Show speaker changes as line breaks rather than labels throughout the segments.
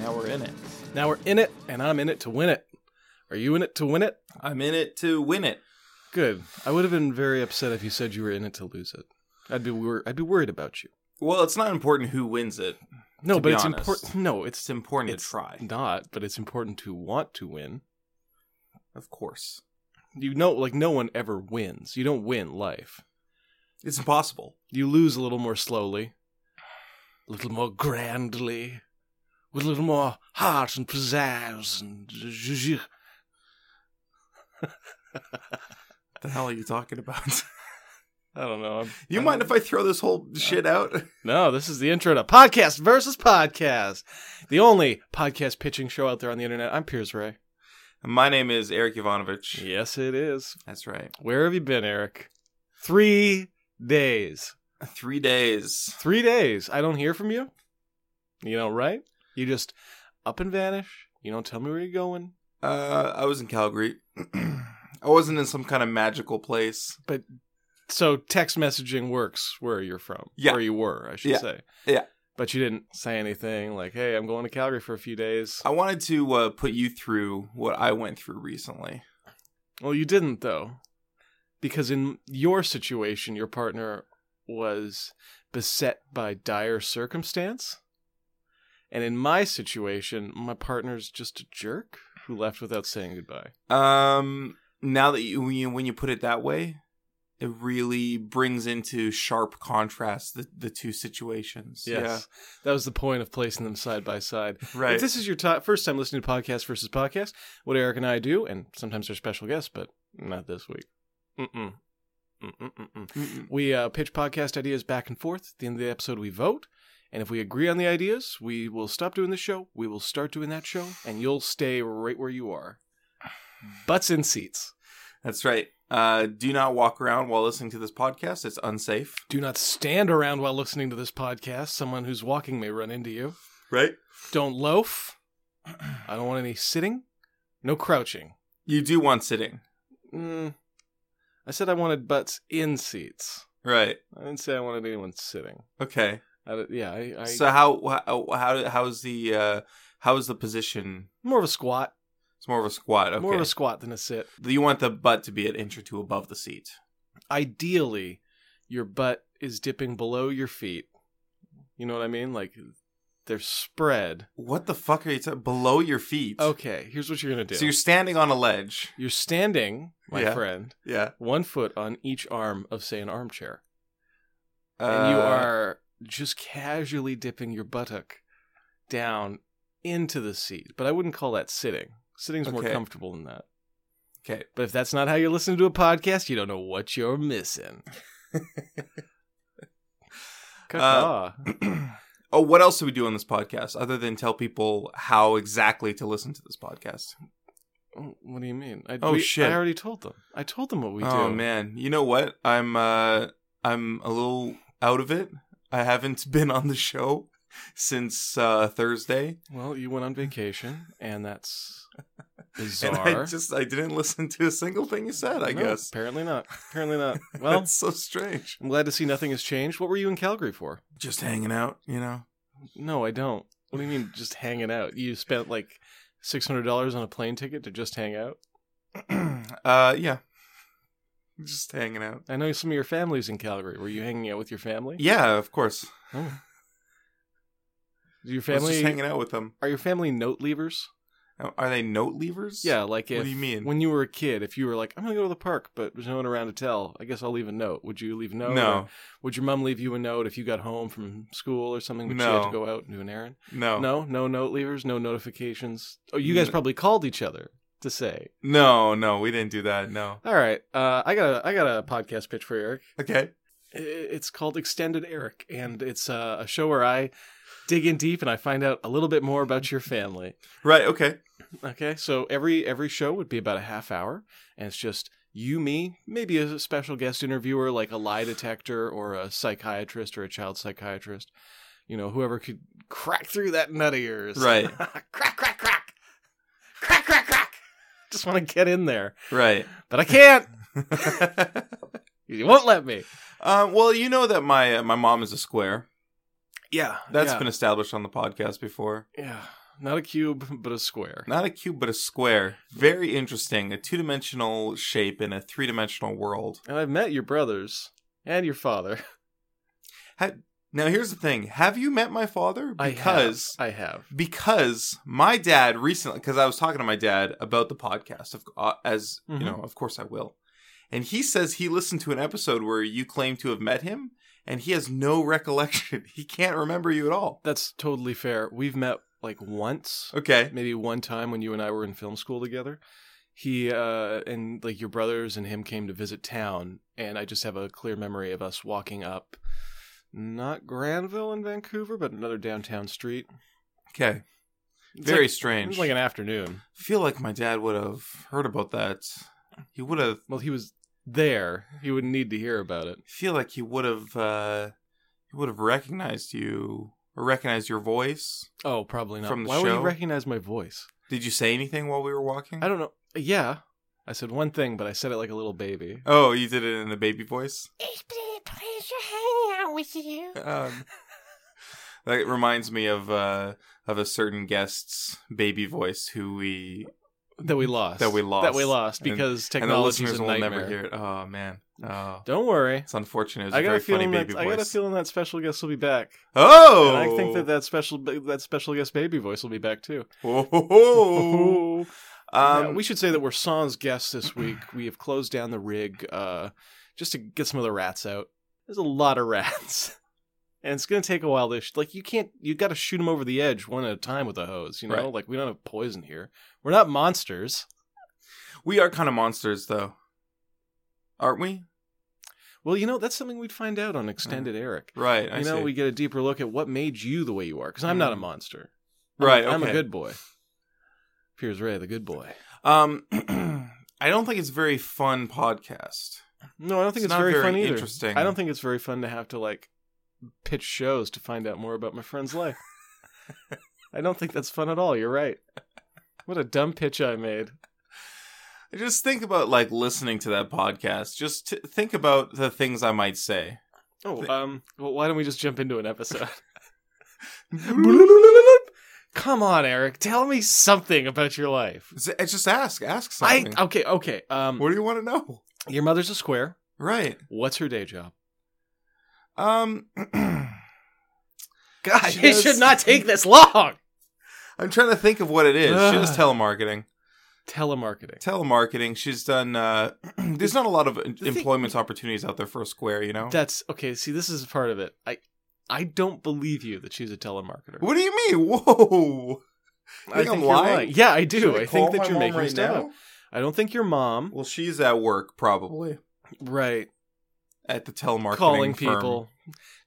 Now we're in it.
Now we're in it, and I'm in it to win it. Are you in it to win it?
I'm in it to win it.
Good. I would have been very upset if you said you were in it to lose it. I'd be wor- I'd be worried about you.
Well, it's not important who wins it.
No,
To
but
be
it's
honest.
important. No, it's
It's important
It's
to try.
not. But it's important to want to win.
Of course.
You know, like no one ever wins. You don't win life.
It's impossible.
You lose a little more slowly, a little more grandly, with a little more heart and pizzazz and. zhuzh.
What the hell are you talking about?
I don't know. I'm,
you
I'm-
mind if I throw this whole shit out?
No, this is the intro to podcast versus podcast, the only podcast pitching show out there on the internet. I'm Piers Ray.
My name is Eric Ivanovich.
Yes, it is.
That's right.
Where have you been, Eric? Three days.
Three days.
Three days. I don't hear from you. You know, right? You just up and vanish. You don't tell me where you're going.
Uh, I was in Calgary. I wasn't in some kind of magical place.
So text messaging works where you're from.
Yeah.
Where you were, I should
Yeah.
say.
Yeah.
But you didn't say anything like, hey, I'm going to Calgary for a few days.
I wanted to uh, put you through what I went through recently.
Well, you didn't, though. Because in your situation, your partner was beset by dire circumstance. And in my situation, my partner's just a jerk who left without saying goodbye.
Um, now that you when, you when you put it that way, it really brings into sharp contrast the, the two situations.
Yes. That was the point of placing them side by side.
Yeah, right.
If this is your ti first time listening to Podcast versus Podcast, what Eric and I do, and sometimes they're special guests, but not this week. Mm-mm. Mm-mm-mm-mm.
Mm-mm.
We uh, pitch podcast ideas back and forth. At the end of the episode, we vote. And if we agree on the ideas, we will stop doing this show. We will start doing that show. And you'll stay right where you are. Butts in seats.
That's right. Uh, do not walk around while listening to this podcast. It's unsafe.
Do not stand around while listening to this podcast. Someone who's walking may run into you.
Right.
Don't loaf. I don't want any sitting. No crouching.
You do want sitting.
Mm. I said I wanted butts in seats.
Right.
I didn't say I wanted anyone sitting.
Okay.
I, don't- yeah, I, I
So how how how how's the uh, how's the position?
more of a squat,
It's more of a squat. Okay.
more of a squat than a sit.
you want the butt to be an inch or two above the seat.
ideally your butt is dipping below your feet. You know what I mean? Like they're spread.
What the fuck are you ta- below your feet?
Okay, here's what you're going to do.
So you're standing on a ledge.
You're standing, my
Yeah.
friend,
Yeah.
one foot on each arm of say an armchair.
Uh,
and you are just casually dipping your buttock down into the seat. But I wouldn't call that sitting. Sitting's more
Okay.
comfortable than that.
Okay.
But if that's not how you're listening to a podcast, you don't know what you're missing.
Uh,
Caw-caw.
oh, what else do we do on this podcast other than tell people how exactly to listen to this podcast?
Oh, What do you mean? I,
Oh,
we-
shit.
I already told them. I told them what we
oh
do.
man, you know what? I'm uh, I'm a little out of it. I haven't been on the show since uh, Thursday,
Well, you went on vacation, and that's
and
bizarre.
I just I didn't listen to a single thing you said. I
No,
guess
apparently not. Apparently not. Well,
that's so strange.
I'm glad to see nothing has changed. What were you in Calgary for?
Just hanging out, you know.
No, I don't. What do you mean, just hanging out? You spent like six hundred dollars on a plane ticket to just hang out.
uh, yeah, just hanging out.
I know some of your family's in Calgary. Were you hanging out with your family?
Yeah, of course.
Oh. Is your
I was just
family?
hanging out with them.
Are your family note leavers?
Are they note leavers?
Yeah, like if
What do you mean?
when you were a kid, if you were like, I'm gonna go to the park, but there's no one around to tell, I guess I'll leave a note. Would you leave a note?
no,
Or Would your mom leave you a note if you got home from school or something, but you
No.
had to go out and do an errand?
no,
No, no note leavers, no notifications. Oh, you guys
N-
probably called each other to say,
no, no. We didn't do that. No.
"All right, uh, I got a I got a podcast pitch for Eric.
Okay.
I- It's called Extended Eric, and it's uh, a show where I dig in deep and I find out a little bit more about your family.
Right. Okay.
Okay, so every every show would be about a half hour, and it's just you, me, maybe a special guest interviewer like a lie detector or a psychiatrist or a child psychiatrist, you know, whoever could crack through that nut of yours.
Right.
crack, crack, crack, crack, crack, crack. Just want to get in there,
Right.
but I can't.
um,
You won't let me.
well, you know that my uh, my mom is a square.
Yeah,
That's
yeah,
been established on the podcast before.
yeah. Not a cube, but a square.
Not a cube, but a square. Very interesting. A two dimensional shape in a three dimensional world.
And I've met your brothers and your father.
Now, here's the thing Have you met my father? Because.
I have. I have.
Because my dad recently, because I was talking to my dad about the podcast, of, uh, as
Mhm.
you know, of course I will, and he says he listened to an episode where you claim to have met him, and he has no recollection. He can't remember you at all.
That's totally fair. We've met like once,
Okay,
maybe one time when you and I were in film school together. He uh, and like your brothers and him came to visit town, and I just have a clear memory of us walking up, not Granville in Vancouver, but another downtown street.
okay,
It's
very
like, It
strange.
was like an afternoon.
feel like my dad would have heard about that. He would have
Well, he was there. He wouldn't need to hear about it.
feel like he would have uh, he would have recognized you or recognized your voice.
Oh, probably not.
From the
Why would
show?
he recognize my voice?
Did you say anything while we were walking?
I don't know. Yeah, I said one thing, but I said it like a little baby.
Oh, you did it in the baby voice.
It's been a pleasure hanging out with you.
Um, that reminds me of uh, of a certain guest's baby voice who we
That we lost.
That we lost.
That we lost
And-
because
and the
technology
listeners
a
will
nightmare.
never hear it. Oh man, oh,
Don't worry.
it's unfortunate. It was a
I got
very
a feeling
funny
that
baby
I
voice.
got a feeling that special guest will be back.
oh,
And I think that that special that special guest baby voice will be back too.
Oh, ho, ho.
Um,
Um,
we should say that we're sans guests this week. We have closed down the rig uh, just to get some of the rats out. There's a lot of rats, and it's going to take a while. To sh- like you can't, you got to shoot them over the edge one at a time with a hose. You know,
Right.
like we don't have poison here. We're not monsters.
we are kind of monsters, though, aren't we?
Well, you know that's something we'd find out on extended
Mm-hmm.
Eric.
Right. I
you know,
see.
we get a deeper look at what made you the way you are. Because I'm not a
Mm.
monster.
right.
I'm
okay.
a good boy. Piers Ray, the good boy.
Um, I don't think it's a very fun podcast.
No, I don't think
It's
it's,
not
very,
very
fun either.
interesting.
I don't think it's very fun to have to like pitch shows to find out more about my friend's life. I don't think that's fun at all. You're right. What a dumb pitch I made.
I just think about like listening to that podcast. Just t- think about the things I might say.
Oh,
Th-
um, well, why don't we just jump into an episode?
Z-
Come on, Eric, tell me something about your life.
just ask, ask
I
something.
okay, okay. Um,
what do you want to know?
your mother's a square.
Right.
What's her day job?
Um.
Gosh,
She does-
take this long.
I'm trying to think of what it is. She does
Ugh.
telemarketing.
Telemarketing.
Telemarketing. She's done. Uh, there's not a lot of
thing-
employment opportunities out there for a square. You know.
That's okay. See, this is part of it. I, I don't believe you that she's a telemarketer.
What do you mean? Whoa. You think I'm
you're
lying?
lying. Yeah, I
Should
do. I,
call
think that
my
you're
mom
making
right
stuff up. I don't think your mom,
Well, she's at work probably
right,
at the telemarketing
calling
firm.
people.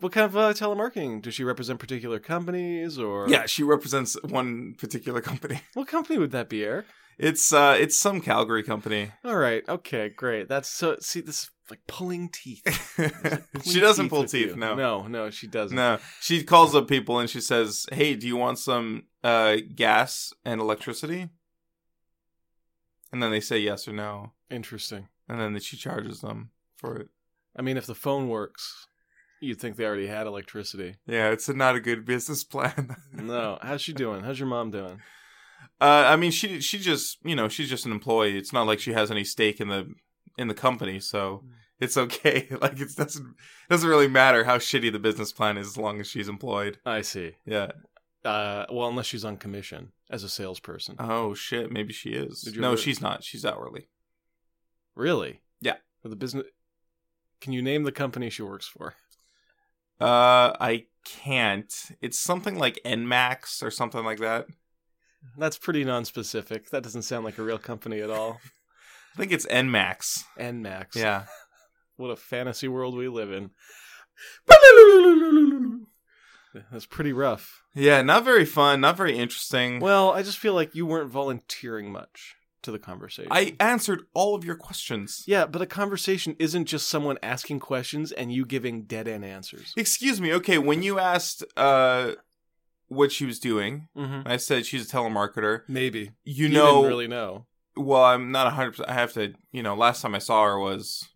What kind of uh, telemarketing? Does she represent particular companies or?
Yeah, she represents one particular company.
What company would that be, Eric?
It's uh, it's some Calgary company.
All right. Okay. Great. That's so. See, this is like pulling teeth. Pulling
she doesn't pull
with
teeth.
you.
No, no,
No. No. She doesn't.
She calls up people and she says, "Hey, do you want some uh, gas and electricity?" And then they say yes or no,
Interesting.
and then she charges them for it.
I mean, if the phone works, you'd think they already had electricity.
Yeah, it's not a good business plan.
No. How's she doing? How's your mom doing?
Uh, I mean, she she just you know she's just an employee. It's not like she has any stake in the in the company, so
Mm.
it's okay. like it doesn't doesn't really matter how shitty the business plan is as long as she's employed.
I see.
Yeah.
Uh, well, unless she's on commission as a salesperson.
Oh shit, maybe she is.
Did you
No,
ever-
she's not. She's hourly.
Really?
Yeah.
For the business. Can you name the company she works for?
Uh, I can't. It's something like Nmax or something like that.
That's pretty non-specific. That doesn't sound like a real company at all.
I think it's Nmax.
And Max.
Yeah.
What a fantasy world we live in. That's pretty rough.
Yeah, not very fun, not very interesting.
Well, I just feel like you weren't volunteering much to the conversation.
I answered all of your questions.
Yeah, but a conversation isn't just someone asking questions and you giving dead-end answers.
Excuse me. Okay, when you asked uh what she was doing,
Mm-hmm.
I said she's a telemarketer.
Maybe.
You,
You
know,
didn't really know.
well, I'm not 100%. I have to, you know, last time I saw her was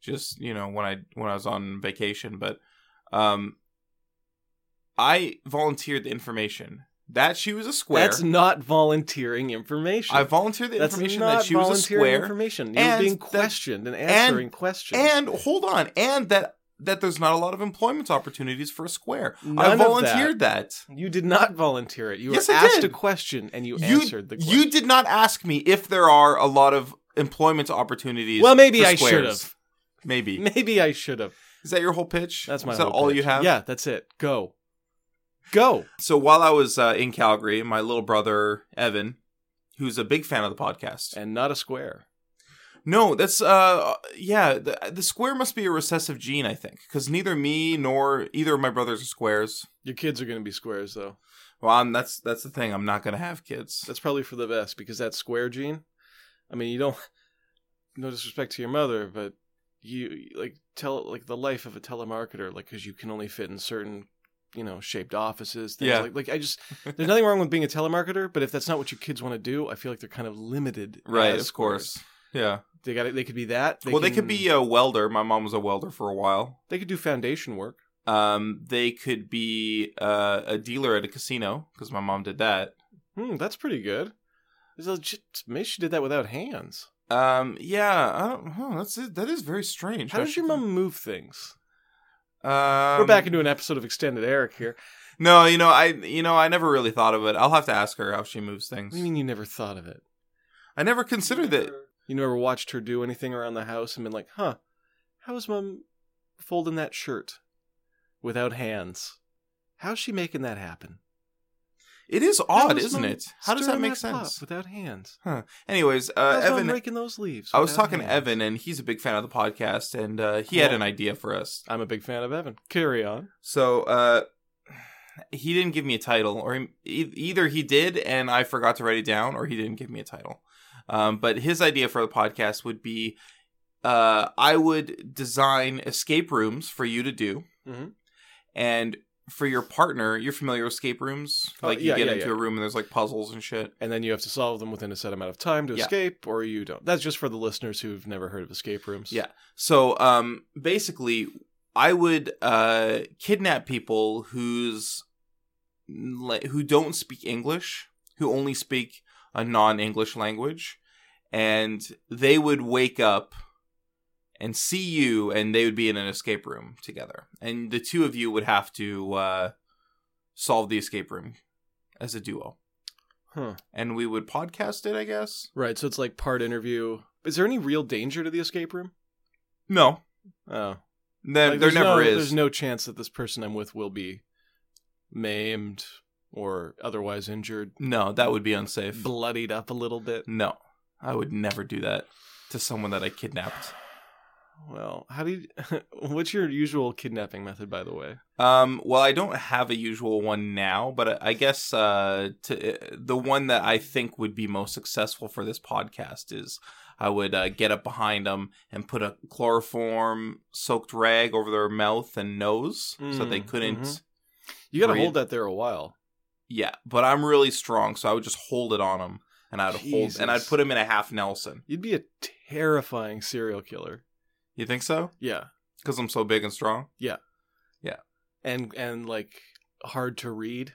just, you know, when I when I was on vacation, but um I volunteered the information. that she was a square.
That's not volunteering information.
I volunteered the
That's
information
not
that she was a
volunteering
square.
information. You're
and
being
that-
questioned and answering questions.
And hold on, and that that there's not a lot of employment opportunities for a square. I
None of
volunteered that.
you did not volunteer it. You
Yes,
were
I
asked
did.
a question and you,
You,
answered the question.
you did not ask me if there are a lot of employment opportunities.
well, maybe
for
I should
squares.
have.
Maybe
Maybe I should have.
is that your whole pitch?
That's my
Is that
whole
all you
pitch.
have?
Yeah, that's it. Go. Go.
So while I was uh, in Calgary, my little brother Evan, who's a big fan of the podcast,
And not a square.
No, that's uh yeah, the, the square must be a recessive gene, I think, cuz neither me nor either of my brothers are squares.
Your kids are going to be squares, though.
Well, I'm, that's that's the thing. I'm not going to have kids.
That's probably for the best because that square gene. I mean, you don't. No disrespect to your mother, but you like tell like the life of a telemarketer, like because you can only fit in certain you know shaped offices. Things
Yeah.
Like, like I just there's nothing wrong with being a telemarketer, but if that's not what your kids want to do, I feel like they're kind of limited.
Right,
as
of course. Yeah.
They got They could be that.
well, they
can-
could be uh a welder. My mom was a welder for a while.
They could do foundation work.
Um they could be uh, a dealer at a casino cuz my mom did that.
Hmm, that's pretty good. There's a legit, maybe she did that without hands.
Um yeah, I don't huh, that's it. that is very strange.
How does your mom move things?
um,
We're back into an episode of Extended Eric here.
No, you know, I you know, I never really thought of it. I'll have to ask her how she moves things.
What do you mean you never thought of it?
I never considered that
You never watched her do anything around the house and been like, huh, how is mom folding that shirt without hands? How's she making that happen?
It is
How
odd,
is
isn't
Mom
it? How does that
stirring
make
pot
sense?
without hands?
Anyways, uh,
How's mom
Evan,
raking those leaves?
I was
without
talking to
hands?
Evan, and he's a big fan of the podcast, and uh, he had an
Cool.
idea for us.
I'm a big fan of Evan. Carry on.
So uh, he didn't give me a title, or he, e- either he did and I forgot to write it down, or he didn't give me a title. Um, but his idea for the podcast would be uh, I would design escape rooms for you to do,
Mhm.
and for your partner, you're familiar with escape rooms?
Oh,
Like
yeah,
you get
yeah,
into
yeah.
a room and there's like puzzles and shit.
And then you have to solve them within a set amount of time to
Yeah.
escape, or you don't. That's just for the listeners who've never heard of escape rooms.
Yeah. So um basically I would uh kidnap people who's like who don't speak English, who only speak a non-English language and they would wake up and see you and they would be in an escape room together. And the two of you would have to uh solve the escape room as a duo.
Huh.
And we would podcast it, I guess.
Right. So it's like part interview. Is there any real danger to the escape room?
No.
Oh.
There, there
Like, there's
never
no-
is.
There's no chance that this person I'm with will be maimed or otherwise injured,
No, that would be unsafe.
bloodied up a little bit.
No, I would never do that to someone that I kidnapped.
Well, how do you? what's your usual kidnapping method, by the way?
Um, well, I don't have a usual one now, but I I guess uh, to, the one that I think would be most successful for this podcast is I would uh, get up behind them and put a chloroform soaked rag over their mouth and nose so that they
Mm,
couldn't.
mhm. You got to
Breathe.
hold that there a while.
Yeah, but I'm really strong, so I would just hold it on them and I'd hold and I'd
Jesus.
put them in a half Nelson.
You'd be a terrifying serial killer.
You think so?
Yeah,
Because I'm so big and strong.
and and like hard to read.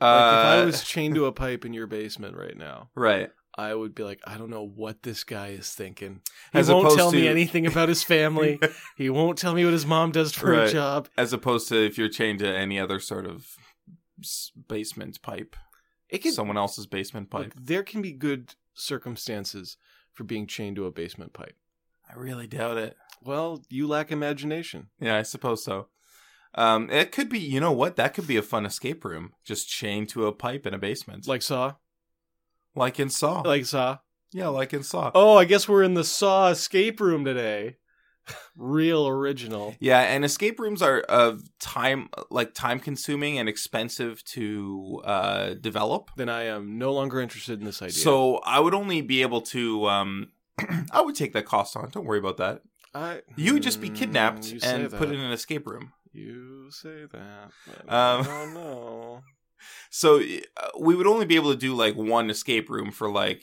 Uh,
Like if I was chained to a pipe in your basement right now,
right.
I would be like, I don't know what this guy is thinking. He
As
won't
opposed
tell me
to-
anything about his family. he won't tell me what his mom does for
Right.
a job.
as opposed to if you're chained to any other sort of s- basement pipe,
It could,
someone else's basement
look,
pipe.
there can be good circumstances for being chained to a basement pipe.
I really doubt it.
Well, you lack imagination.
Yeah, I suppose so. Um, it could be. You know what? That could be a fun escape room. Just chained to a pipe in a basement, like,
Like Saw.
in Saw.
Like Saw.
yeah, like in Saw.
Oh, I guess we're in the Saw escape room today. Real original.
Yeah, and escape rooms are of time, like time consuming and expensive to uh, develop.
Then I am no longer interested in this idea.
So I would only be able to. Um, I would take that cost on. Don't worry about that.
I,
You would just be
Hmm,
kidnapped
you say
and put
that.
in an escape room.
You say that. But
Um,
I don't know.
So uh, we would only be able to do like one escape room for like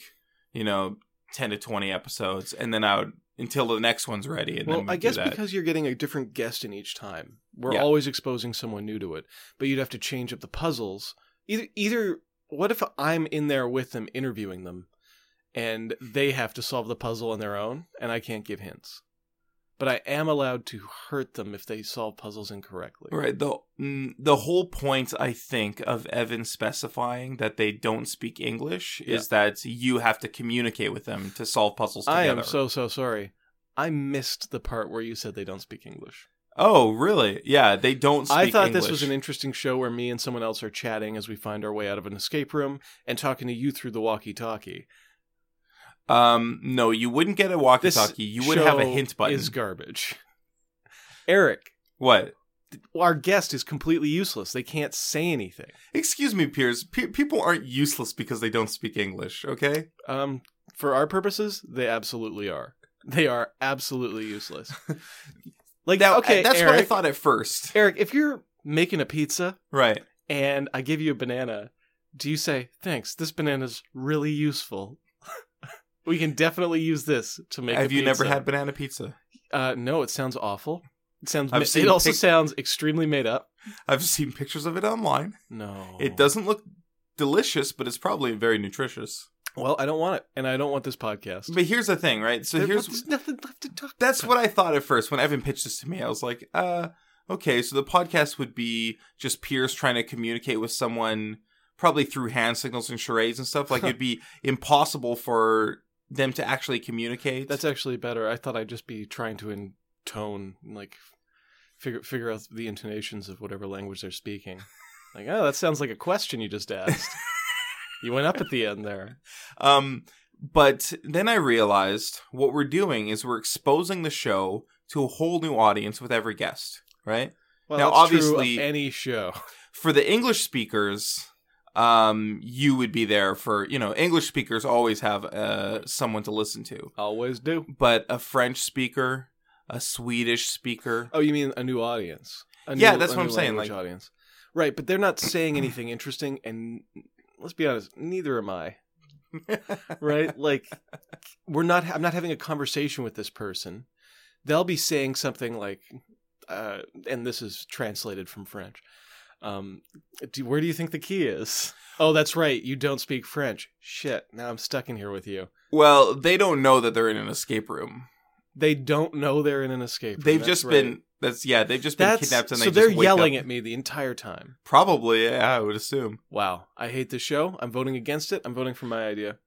you know ten to twenty episodes, and then I would until the next one's ready. And
well,
then we
I guess
do that.
because you're getting a different guest in each time, we're
Yeah.
always exposing someone new to it. But you'd have to change up the puzzles. either either what if I'm in there with them interviewing them and they have to solve the puzzle on their own and I can't give hints. But I am allowed to hurt them if they solve puzzles incorrectly.
Right. The mm, the whole point I think of Evan specifying that they don't speak English is that you have to communicate with them to solve puzzles together.
I am so so sorry. I missed the part where you said they don't speak English.
Oh, really? Yeah, they don't speak
I thought
English.
this was an interesting show where me and someone else are chatting as we find our way out of an escape room and talking to you through the walkie-talkie.
Um, no, you wouldn't get a
This
walkie-talkie. You would have a
show
hint button.
Is garbage. Eric,
What?
our guest is completely useless. They can't say anything.
Excuse me, Piers. Pe- people aren't useless because they don't speak English. Okay.
Um, for our purposes, they absolutely are. They are absolutely useless. Like
Now,
okay,
that's
Eric,
what I thought at first.
Eric, if you're making a pizza
Right.
and I give you a banana, do you say thanks? This banana's really useful. we can definitely use this to make.
have
a
you never
pizza."
had banana pizza?
Uh, no, it sounds awful. It sounds.
I've
ma-
seen
it also
pic-
sounds extremely made up.
I've seen pictures of it online.
No,
It doesn't look delicious, but it's probably very nutritious.
Well, I don't want it, and I don't want this podcast.
But here's the thing, right? So
There-
here's
there's nothing left to talk.
that's
about.
what I thought at first when Evan pitched this to me. I was like, uh, okay, so the podcast would be just Pierce trying to communicate with someone, probably through hand signals and charades and stuff. Like it'd be impossible for them to actually communicate.
That's actually better. I thought I'd just be trying to intone, like figure figure out the intonations of whatever language they're speaking. Like, oh, that sounds like a question you just asked. you went up at the end there.
Um, but then I realized what we're doing is we're exposing the show to a whole new audience with every guest, right?
Well,
Now,
that's true of
obviously-
any show.
For the English speakers, um, you would be there for you know English speakers always have uh someone to listen to,
Always do.
but a French speaker, a Swedish speaker,
Oh, you mean a new audience? A
Yeah,
new-
that's
a
what
new
I'm saying,
language
like-
audience, right? But they're not saying anything interesting, and let's be honest, neither am I. right? Like we're not I'm not having a conversation with this person. They'll be saying something like uh and this is translated from French. Um do, where do you think the key is? Oh, that's right. You don't speak French. Shit. Now I'm stuck in here with you.
well, they don't know that they're in an escape room.
They don't know they're in an escape room.
They've
That's
just
right.
been that's yeah, they've just been
That's,
kidnapped and
so
they
they're
just wake
yelling
up.
at me the entire time.
Probably, yeah, I would assume.
Wow, I hate this show. I'm voting against it. I'm voting for my idea.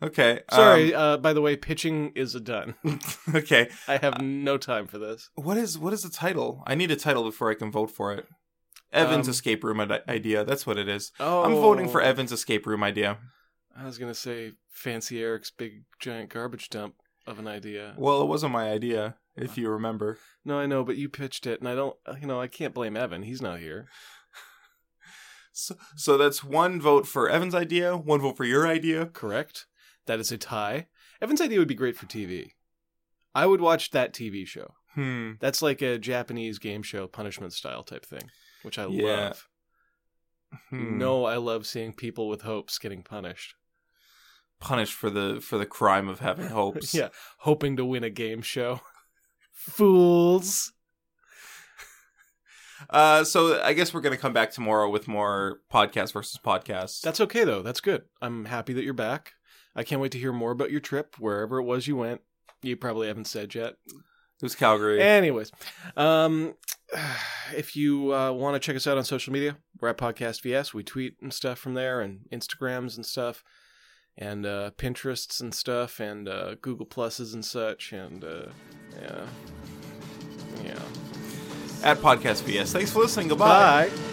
Okay, um,
Sorry. uh, by the way, pitching is a done.
okay,
I have no time for this.
What is what is the title? I need a title before I can vote for it. Evan's
Um,
escape room ide- idea. That's what it is.
Oh,
I'm voting for Evan's escape room idea.
I was gonna say Fancy Eric's big giant garbage dump of an idea.
Well, it wasn't my idea, if
Uh.
you remember.
No, I know, but you pitched it, and I don't. uh, You know, I can't blame Evan. He's not here.
So, so that's one vote for Evan's idea, one vote for your idea.
Correct. That is a tie. Evan's idea would be great for TV. I would watch that TV show.
Hmm.
That's like a Japanese game show, punishment style type thing, which I
Yeah.
love. You
hmm.
know, I love seeing people with hopes getting punished.
punished for the for the crime of having hopes.
yeah, hoping to win a game show. Fools.
Uh. So I guess we're gonna come back tomorrow with more podcast versus podcast.
That's okay though. That's good. I'm happy that you're back. I can't wait to hear more about your trip, wherever it was you went. You probably haven't said yet.
it was Calgary.
Anyways, um, if you uh, want to check us out on social media, we're at Podcast VS. We tweet and stuff from there, and Instagrams and stuff, and uh, Pinterests and stuff, and uh, Google Pluses and such, and uh, yeah, yeah.
at podcast vs. Thanks for listening. Goodbye.
Bye.